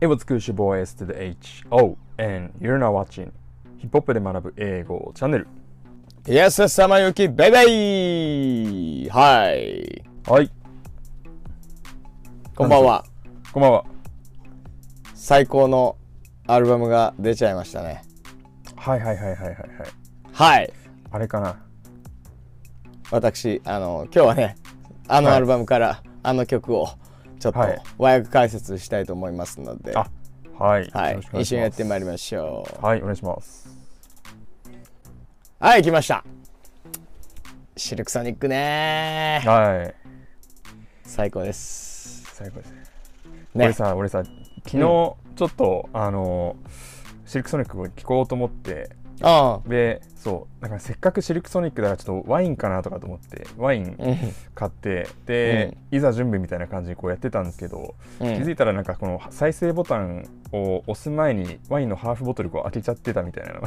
It was Kushu Boys to the H.O. and you're now watching ヒップホップで学ぶ英語チャンネル。 Yes, yes, 様ゆき、バイバイはい。はい、こんばんは。こんばんは。最高のアルバムが出ちゃいましたね。はいはいはいはいはいはい。はい。あれかな。私、あの、今日はね、あのはいアルバムから、あの曲を、ちょっとはい和訳解説したいと思いますので、あ、はい。はいよろしくお願。一し緒にやってまいりりましょう。はい、お願いします。はい、来ました。シルクソニックねはい。最高です。最高ですね。俺ね。さ、俺さ、昨日ちょっと、あの、シルクソニックを聞こうと思って、あで、そう、だからせっかくシルクソニックだからちょっとワインかなとかと思って、ワインあ。うん。買って、で、いざ準備みたいな感じでこうやってたんですけど、う気づん。いたらなんかこの再生ボタンを押す前にワインのハーフボトルを開けちゃってたみたいなの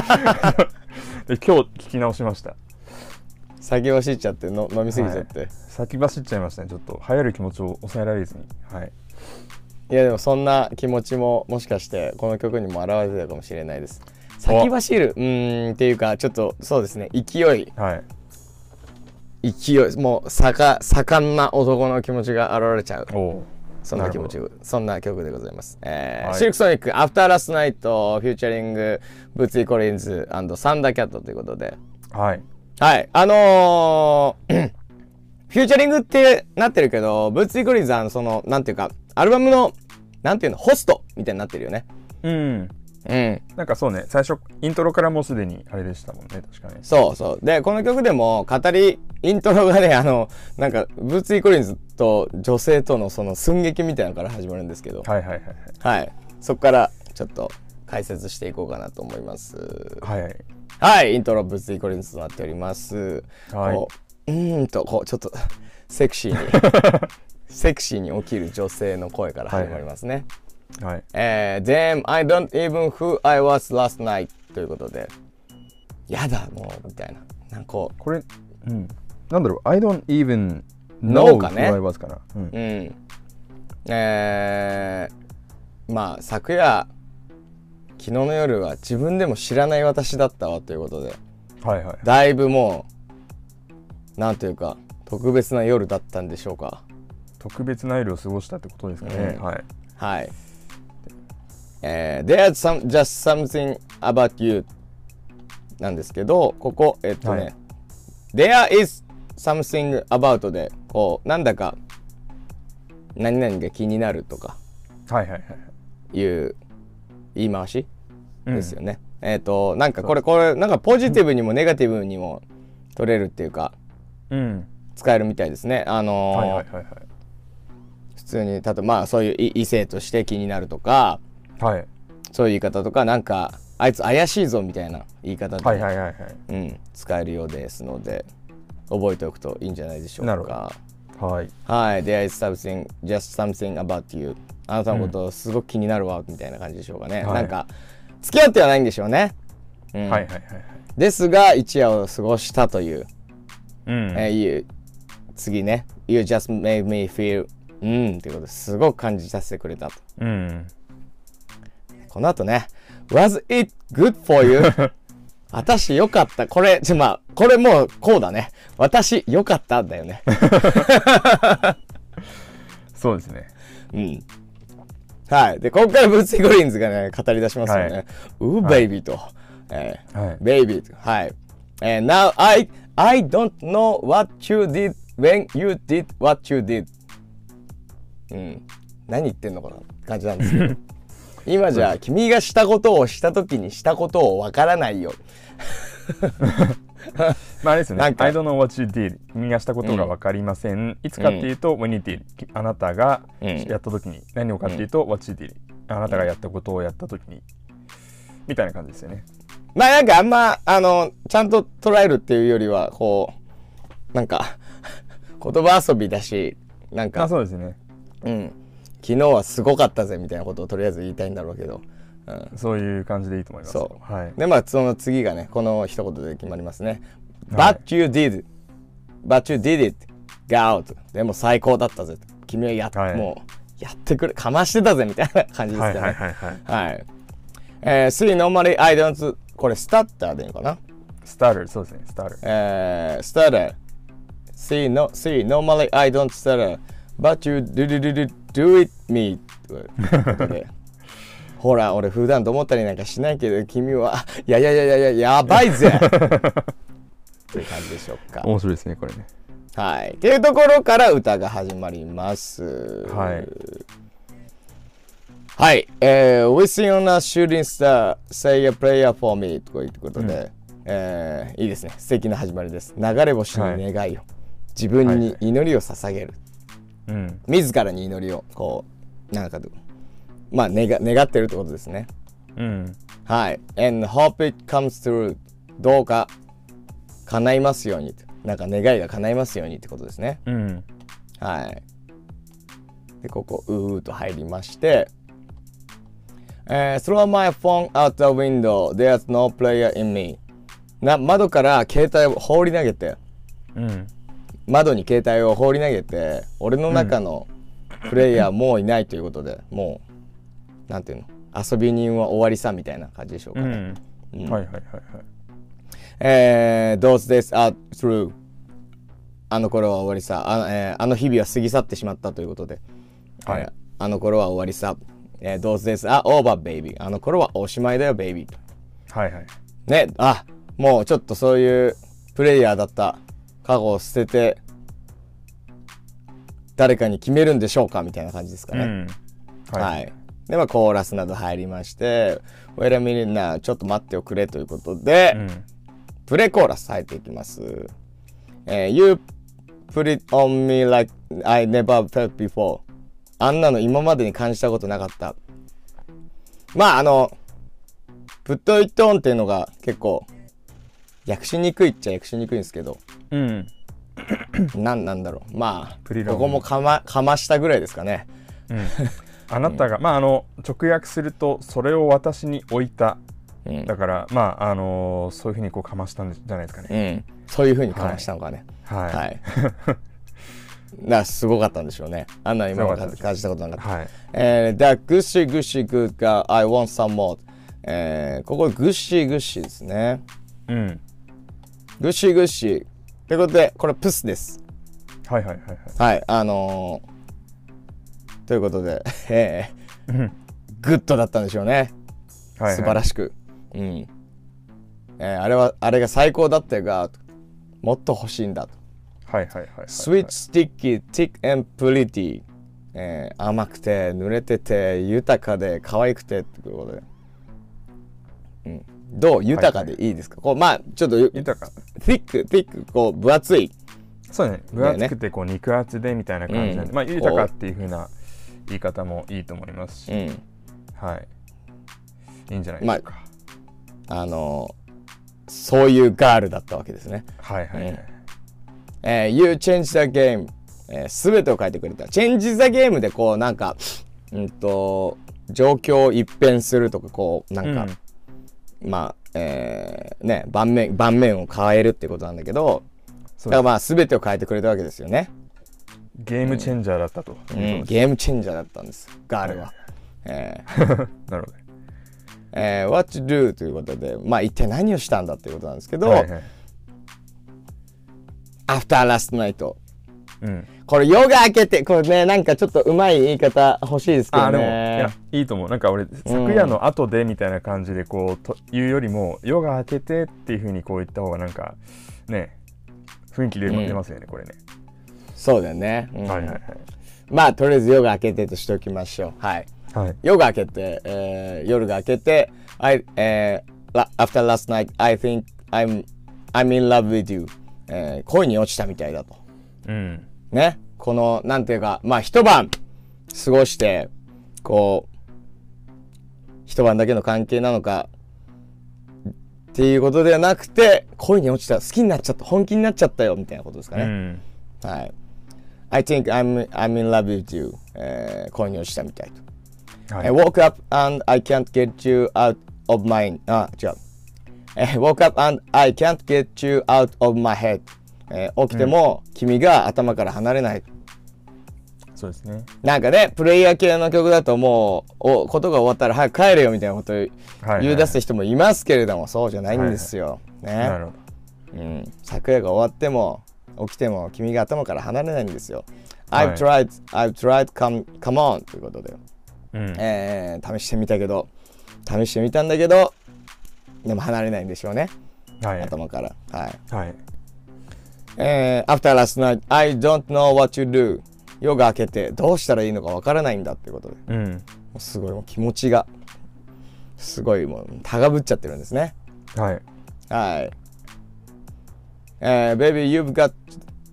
で今日聞き直しました先走っちゃっての、飲みすぎちゃって。先走っちゃいましたねちょっと流行る気持ちを抑えられずにはいいやでもそんな気持ちももしかしてこの曲にも表れてたかもしれないです先走るうーんっていうかちょっとそうですね勢いはい勢いもう盛盛んな男の気持ちが現れちゃうおおそんな気持ちなそんな曲でございます、えーはいシルクソニック「アフターラストナイト」フューチャリングブッツイ・コリンズサンダーキャットということではいはいあのー フューチャリングってなってるけどブッツイ・コリンズはあのそのなんていうかアルバムのなんていうのホストみたいになってるよねうんうんなんかそうね最初イントロからもうすでにあれでしたもんね確かにそうそう。で、この曲でも語り、イントロがね、あの、なんか、ブーツ・イ・コリンズと女性とのその寸劇みたいなのから始まるんですけど、はいはいはいはい。そこからちょっと解説していこうかなと思います。はいはいはい、イントロ、ブーツ・イ・コリンズとなっております。はいこう、うーんと、こう、ちょ っと、セクシーに、セクシーに起きる女性の声から始まりますね。はいえー、Damn, I don't even who I was last night ということで、やだ、もう、みたいな。なんかこう、これうんなんだろう I don't even know know か who ね I was かな、うんう、ん。えー、まあ昨夜昨日の夜は自分でも知らない私だったわということではいはいだいぶもうなんというか特別な夜だったんでしょうか特別な夜を過ごしたってことですかね、うんはいはいえー、There's some, just something about you なんですけどここえっとね、はい There is something about でこうなんだか何々が気になるとかはいはいはいはいいう言い回しうんですよね。えっ、となんかこれこれなんかポジティブにもネガティブにも取れるっていうかうん使えるみたいですね。あのーはいはいはい普通に例えばまあそういうい異性として気になるとかはいはいそういう言い方とかなんかあいつ怪しいぞみたいな言い方で、はいはいはいはいうん、使えるようですので覚えておくといいんじゃないでしょうなるほか。はいはい、There is something, just something about you. あなたのことすごく気になるわ、みたいな感じでしょうかね。はいなんか、付き合ってはないんでしょうね。うんはいはいはいですが、一夜を過ごしたという、うんえー you 次ね、You just made me feel うんっていうことですごく感じさせてくれたと。うんこの後ね、Was it good for you? 私よかった。これ、ちょ、まあ、これもうこうだね。私よかったんだ よね。そうですねうん。はい。で、ここからブーツイ・コリンズがね、語り出しますよね。はうー、ベイビーと。えーはいベイビーと。はい。えー now I, I don't know what you did when you did what you did. うん。何言ってんのかなって感じなんで すけど。今じゃ、君がしたことをしたときにしたことをわからないよ。まああれですよねな I んか don't know what you did 君がしたことが分かりません、いつかっていうと、when you did あなたがうんやった時に何をかっていうと、what you did あなたがやったことをやった時にみたいな感じですよねまあなんかあんま、あの、ちゃんと捉えるっていうよりは、こう、なんか、言葉遊びだし、なんかあ、そうですねうん、昨日はすごかったぜみたいなことをとりあえず言いたいんだろうけど、うん、そういう感じでいいと思いますそはいでまあその次がねこの一言で決まりますね「はい But you did but you did it get out でも最高だったぜ」君はやっ、はいもうやってくれかましてたぜみたいな感じですはかいねはいはいはい。はい。えー、3 normally I don't これスタッターでいいのかなスタール、そうですね、スタール。えー、スタッター。3 no, three, normally I don't stutter but you do, do, do, do, do it me ということでほら俺普段と思ったりなんかしないけど君はいやいやいやいやいややばいぜという感じでしょうか面白いですね、これね。はいっていうところから歌が始まりますはい。はい、えー、We sing on a shooting star, say a prayer for me ということで、えーいいですね、素敵な始まりです。流れ星の願いを、自分に祈りを捧げる、うん。自らに祈りを、こう、なんかで、まあ願、願ってるってことですね。うん。はい、and hope it comes through どうか叶いますようにと、なんか願いが叶いますようにってことですね。うん。はい。で、ここ、うーっと入りまして、えー Throw my phone out the window. There's no player in me. な窓から携帯を放り投げて、うん。窓に携帯を放り投げて、俺の中のプレイヤーもういないということで、もう、なんていうの、遊び人は終わりさみたいな感じでしょうかうね。ん。はいはいはいはい。えー、Those days are through あの頃は終わりさあ,、えーあの日々は過ぎ去ってしまったということで、はいえーあの頃は終わりさ、えー、Those days are over baby あの頃はおしまいだよ baby はいはい。ねあもうちょっとそういうプレイヤーだった過去を捨てて誰かに決めるんでしょうかみたいな感じですかうね、ん。。はいい。で、まあ、コーラスなど入りまして、Wait a minute now, ちょっと待っておくれということで、んプレコーラス入っていきます。えー You put it on me like I never felt before. あんなの今までに感じたことなかった。まあ、あの、put it on っていうのが結構、訳しにくいっちゃ訳しにくいんですけど、うん。なんなんだろう。まプリあ、ローここもかま、かましたぐらいですかね。あなたが、まああの直訳するとそれを私に置いたうんだからまああのそういうふうにこうかましたんじゃないですかねうん、そういうふうにかましたのかね。はいはい。だからすごかったんでしょうね。あんな今まで感じたことなかった。はいえー、だぐしぐしぐが I want some more。えー、ここぐしぐしですね。うんぐしぐし。ということで、これプスです。はいはいはいはいはい、あのー、ということで、えうーん、グッドだったんでしょうね。はい素晴らしいしく。うん。えー、あれは、あれが最高だったよが、もっと欲しいんだと。はいはいはいはいスイート、スティッキー、ティック、エンプリティ。えー、甘くて、濡れてて、豊かで、可愛くて、ってことで。うん。どう豊かでいいですか、こう、まあ、ちょっとゆ、ティ豊かック、ティック、こう、分厚い。そうね分厚くてこう肉厚でみたいな感じなんで、うんまあ豊かっていうふうな言い方もいいと思いますし、うん。はいいいんじゃないですか、あのー、そういうガールだったわけですね。はいはいはい、えー、You change the game。えー、すべてを変えてくれた。Change the game で、こう、なんか、うんと、状況を一変するとか、こう、なんか、うんまあ、えーね、盤面、盤面を変えるってことなんだけど、そだうかでらすまあ、全てを変えてくれたわけですよね。ゲームチェンジャーだったと、 うん、ゲームチェンジャーだったんです、ガールは。えーなるほどえー What to do ということで、まあ、一体何をしたんだっていうことなんですけど、はいはい、 After last night。うんこれ、夜が明けて、これね、なんかちょっとうまい言い方欲しいですけあーでどもいねや。いいと思うなんか俺昨夜の後でみたいな感じでこうと言うよりも夜が明けてっていうふうにこう言った方がなんかね雰囲気出まうん出ますよねこれね、そうだよね、うんはいはいまあ、とりあえず夜が明けてとしておきましょう。はい。はいはい夜が明けて、えー夜が明けて、I, えー、la- after last night, I think I'm, I'm in love with you、えー恋に落ちたみたいだと。うんね。この、なんていうか、まあ一晩過ごして、こう、一晩だけの関係なのか、っていうことではなくて、恋に落ちた、好きになっちゃった、本気になっちゃったよ、みたいなことですかうね。んはい。I think I'm, I'm in love with you、えー恋に落ちたみたいと。は I い woke up and I can't get you out of my あ違う。え woke up and I can't get you out of my head、えー起きても君が頭から離れない。そうですね。なんかねプレイヤー系の曲だともうおことが終わったら早く帰れよみたいなことはい、はい。言い出す人もいますけれどもそうじゃないんですよ。なね、るほうん。昨夜が終わっても起きても君が頭から離れないんですよ。はい I've tried, I've tried, come, come on ということで、ど。うん。えー試してみたけど試してみたんだけどでも離れないんでしょうねはい。頭から。はいはい。えー、After last night, I don't know what you do. 夜が明けてどうしたらいいのかわからないんだってことで。もうん。うすごいもう気持ちが、すごいもう、たがぶっちゃってるんですね。はい。はい。えー、Baby, you've got,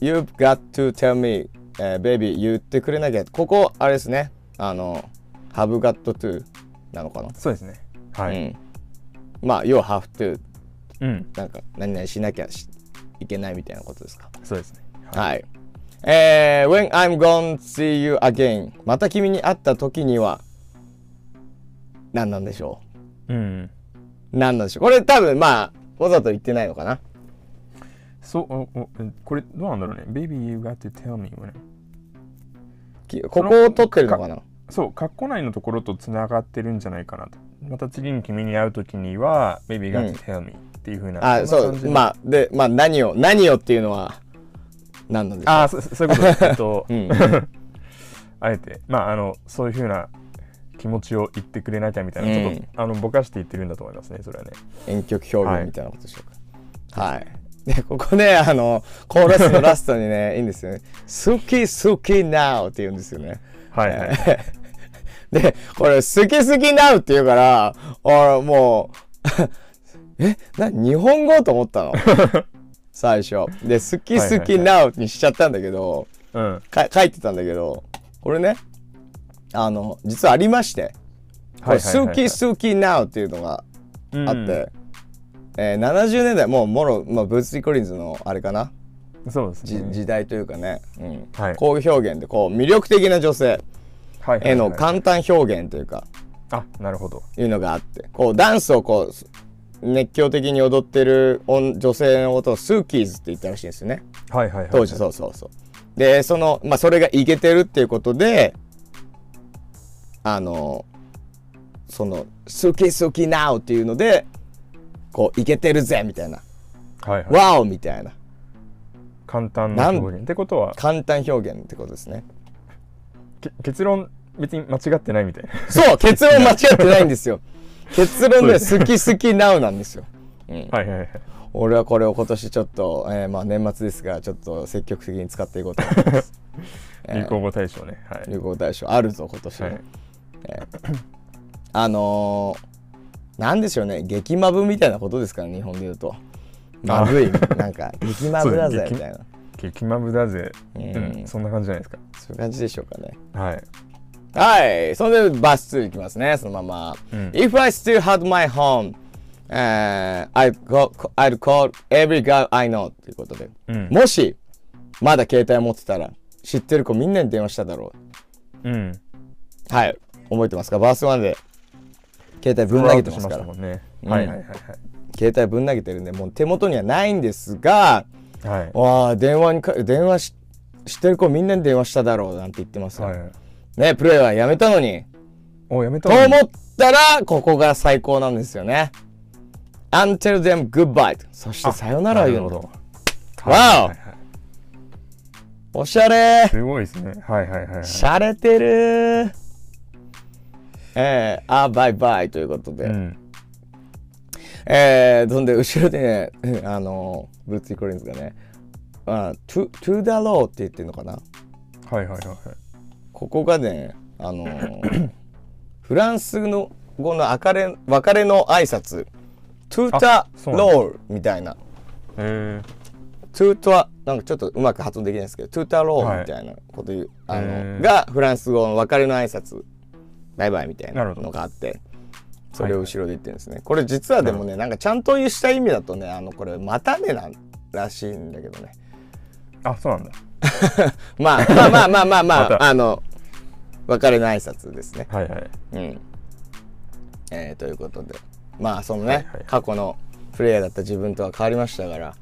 you've got to tell me. えー、Baby, 言ってくれなきゃ。ここ、あれですね。あの、have got to なのかな。そうですね。はうい。ん。まあ、you have to うん。なんか何々しなきゃしいけないみたいなことですか。そうですね。はい。えー、When I'm gonna see you again また君に会った時には何なんでしょうん。う何なんでしょうこれ多分まあわざと言ってないのかなそう、おおこれどうなんだろうね。Baby, you got to tell me. はねきここを取ってるのかなそう、カッコ内のところとつながってるんじゃないかなと。また次に君に会うときには、Baby, you got to tell me っていうふうな。あそんな感うじのまあでまあ何を何をっていうのは何なんでしょうああ、そ そういうことです。えっと、んあえて、まあ、あの、そういうふうな気持ちを言ってくれなきゃみたいな、ちょっと、うんあの、ぼかして言ってるんだと思いますね、それはね。遠曲表現みたいなことでしょうかはい、 でここねあのコーラスのラストにね いいんですよね「好き好き now」って言うんですよねはいはい。 で、これ、好き好きなうって言うから、俺もう、 え、な、日本語と思っ たの最初。で、好き好きなうにしちゃったんだけど、うん。か書いてたんだけど、これね、あの、実はありまして、こはれいはいはい好き好きなうっていうのがあって、えー70年代、もう、もろ、まあ、ブーツ・リー・コリンズのあれかな、うんそうですじね。時代というかね、うんはいこういう表現で、こう、魅力的な女性はいはいへのはい簡単表現というか、あ、なるほど。いうのがあってこうダンスをこう熱狂的に踊ってる女女性のことをスーキーズって言ったらしいんですよねはいはいはい。当時そうそうそうでそのまあそれがイケてるっていうことであのその「スーキースーキーナウ」っていうのでこうイケてるぜみたいなはいは「い。ワオ!」みたいな簡単な表現。ってことは、簡単表現ってことですねけ結論、別に間違ってないみたいな。そう結論間違ってないんですよ結論で「好き好きナウ」なんですよはいはいはい。俺はこれを今年ちょっと、えーまあ年末ですがちょっと積極的に使っていこうと思います流行語大賞ね。はい。流行大賞あるぞ今年、はい、あのー、なんでしょうね激マブみたいなことですから日本で言うとまぶいなんか激マブだぜそうみたいな激マブだぜ、うんん。そんな感じじゃないですそういう感じでしょうかねか。はい。はいそれでバス2いきますねそのまま、ん If I still had my home、えー、I'd, go, I'd call every girl I know ということでうん。もしまだ携帯持ってたら知ってる子みんなに電話しただろうん。うはい覚えてますかバースワンで携帯ぶん投げてますからもんね。んはいはいはい携帯ぶん投げてるんでもう手元にはないんですがはい。はい。わあ電話にか電話ししてる子みんなに電話しただろうなんて言ってますよ、はい、ねプレイはやめたのにおやめたとの思ったらここが最高なんですよね Until them goodbye そしてさよならを言うなるのほどわおはいはいはいおしゃれーすごいですね。はいはいはいはい。しゃれてるーえー、あバイバイということで、うん。えー、そんで後ろでね あのブルーツィ・コリンズがね「あトゥ・トゥ・ダ・ロー」って言ってるのかなはいはいはいはい。ここがねあの フランスの語の別れ別れの挨拶トゥ・タ・そうなんだロー」みたいなえトゥートはなんかちょっとうまく発音できないですけどトゥータロはーいみたいなこと言う、あへのーがフランス語の別れの挨拶バイバイみたいななるほどのがあってそれを後ろで言ってるんですね、これ実はでもねなんかちゃんとした意味だとねあのこれ「またね」なんらしいんだけどねー、あ、そうなんだ。まあまあまあまあまあま あ、またあの別れの挨拶ですねはいはい。うんえー、ということでまあそのね、はいはい過去のプレイヤーだった自分とは変わりましたから、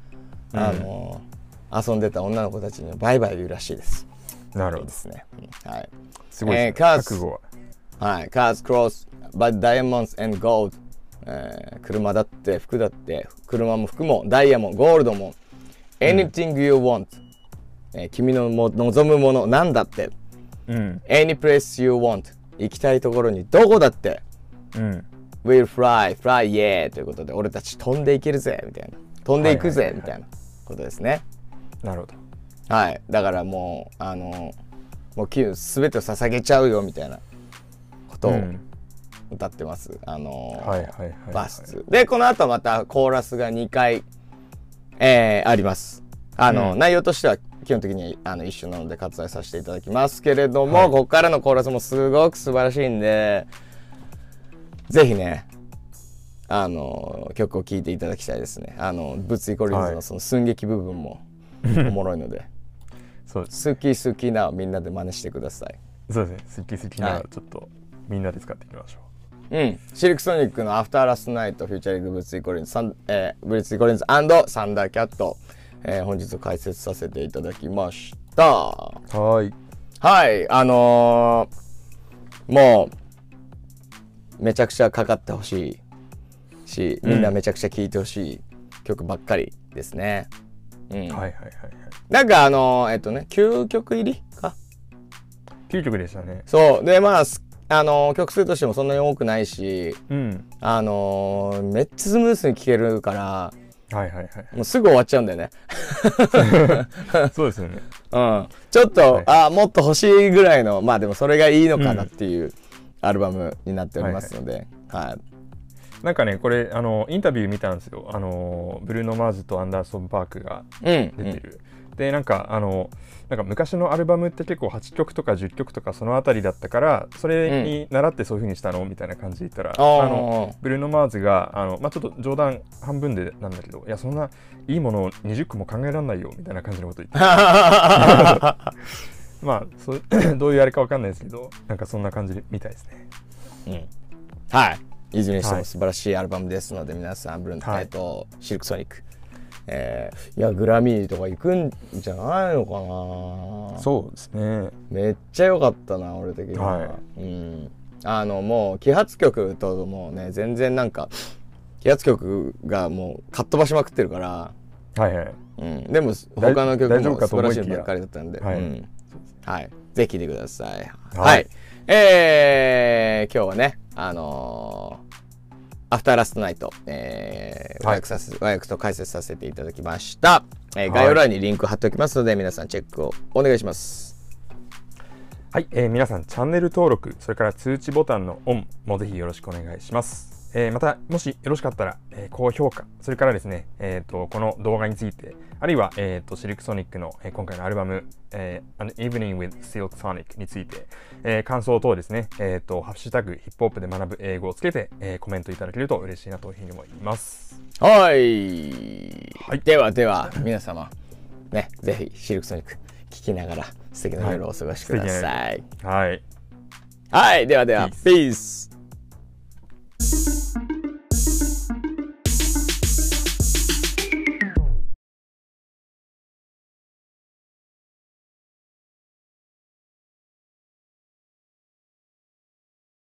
あのー遊んでた女の子たちにバイバイ言うらしいですなるほいいどで。すね。うんはい。すごいですねえーカース覚悟は。はい。cars cross but diamonds and gold、えー車だって服だって車も服もダイヤもゴールドも anything you want、えー君のも望むものなんだってうん。 any place you want 行きたいところにどこだってうん。 We'll fly, fly, yeah ということで俺たち飛んでいけるぜみたいな飛んでいくはいぜはいみはいたはいいなことですねなるほど。はいだからもうあのもう旧全てを捧げちゃうよみたいなことうをん。歌ってます、あのはいはいはいはいバスでこの後またコーラスが2回、えーありますあの、うん内容としては基本的にあの一緒なので割愛させていただきますけれども、はいここからのコーラスもすごく素晴らしいんでぜひねあの曲を聴いていただきたいですねあのブツイコリンズはのいその寸劇部分もおもろいのでそう「好き好きな」をみんなで真似してくださいそうですね。好き好きはないちょっとみんなで使っていきましょうん、シルクソニックの「アフターラストナイト」フューチャリングブリッツイコリンズサン、えーブリッツイコリンズサンダーキャット、えー本日解説させていただきましたはう。はーい。いあのーもうめちゃくちゃかかってほしいしみんなめちゃくちゃ聴いてほしい曲ばっかりですね、うんはいはいはいはい。なんかあのーえっとね9曲入りか究曲でしたね。そうでまあすあのー曲数としてもそんなに多くないしうん。あのーめっちゃスムースに聴けるからはいはいはい。もうすぐ終わっちゃうんだよね。 そうですよね。うん、 ちょっと、はいあーもっと欲しいぐらいのまあでもそれがいいのかなっていうアルバムになっておりますので、はいなんかね、これ、あの、インタビュー見たんですよ。あの、ブルーノ・マーズとアンダーソン・パークがうんう出てんる。で、なんか、あの、なんか昔のアルバムって結構8曲とか10曲とかそのあたりだったから、それに習ってそういう風にしたのみたいな感じで言ったら、あーあの、ブルーノ・マーズが、あの、まあちょっと冗談半分でなんだけど、いや、そんないいものを20個も考えられないよ、みたいな感じのこと 言って、まあそう どういうあれかわかんないですけど、なんかそんな感じみたいですね。うんはいいずれにしてはもい素晴らしいアルバムですので、皆さんブルーノはいえっとシルクソニック、えーいやグラミーとか行くんじゃないのかなそうですね。めっちゃ良かったな俺的には、はうんあのもう揮発曲ともうね全然なんか揮発曲がもうかっ飛ばしまくってるから、はいはい。うん、でも大他の曲大丈夫もか素と思晴らいしきやいのばっかりだったんで、はいうんはい、ぜひ聴いてくださいはい、はいえー今日はねあのーアフターラストナイト、えーはい和訳させ和訳と解説させていただきました、えーはい概要欄にリンク貼っておきますので皆さんチェックをお願いしますはい、えー皆さんチャンネル登録、それから通知ボタンのオンもぜひよろしくお願いします。えーまた、もしよろしかったら、えー高評価、それからですね、えー、とこの動画について、あるいは、えー、とシルクソニックの、えー今回のアルバム、えー An Evening with Silk Sonic について、えー感想等ですね、えーと、ハッシュタグヒップホップで学ぶ英語をつけて、えーコメントいただけると嬉しいなというふうに思います。はい、はいではで は皆様ねぜひシルクソニック聞きながら素敵な夜をお過ごしください、はい。はい、ではでは Peace Peace!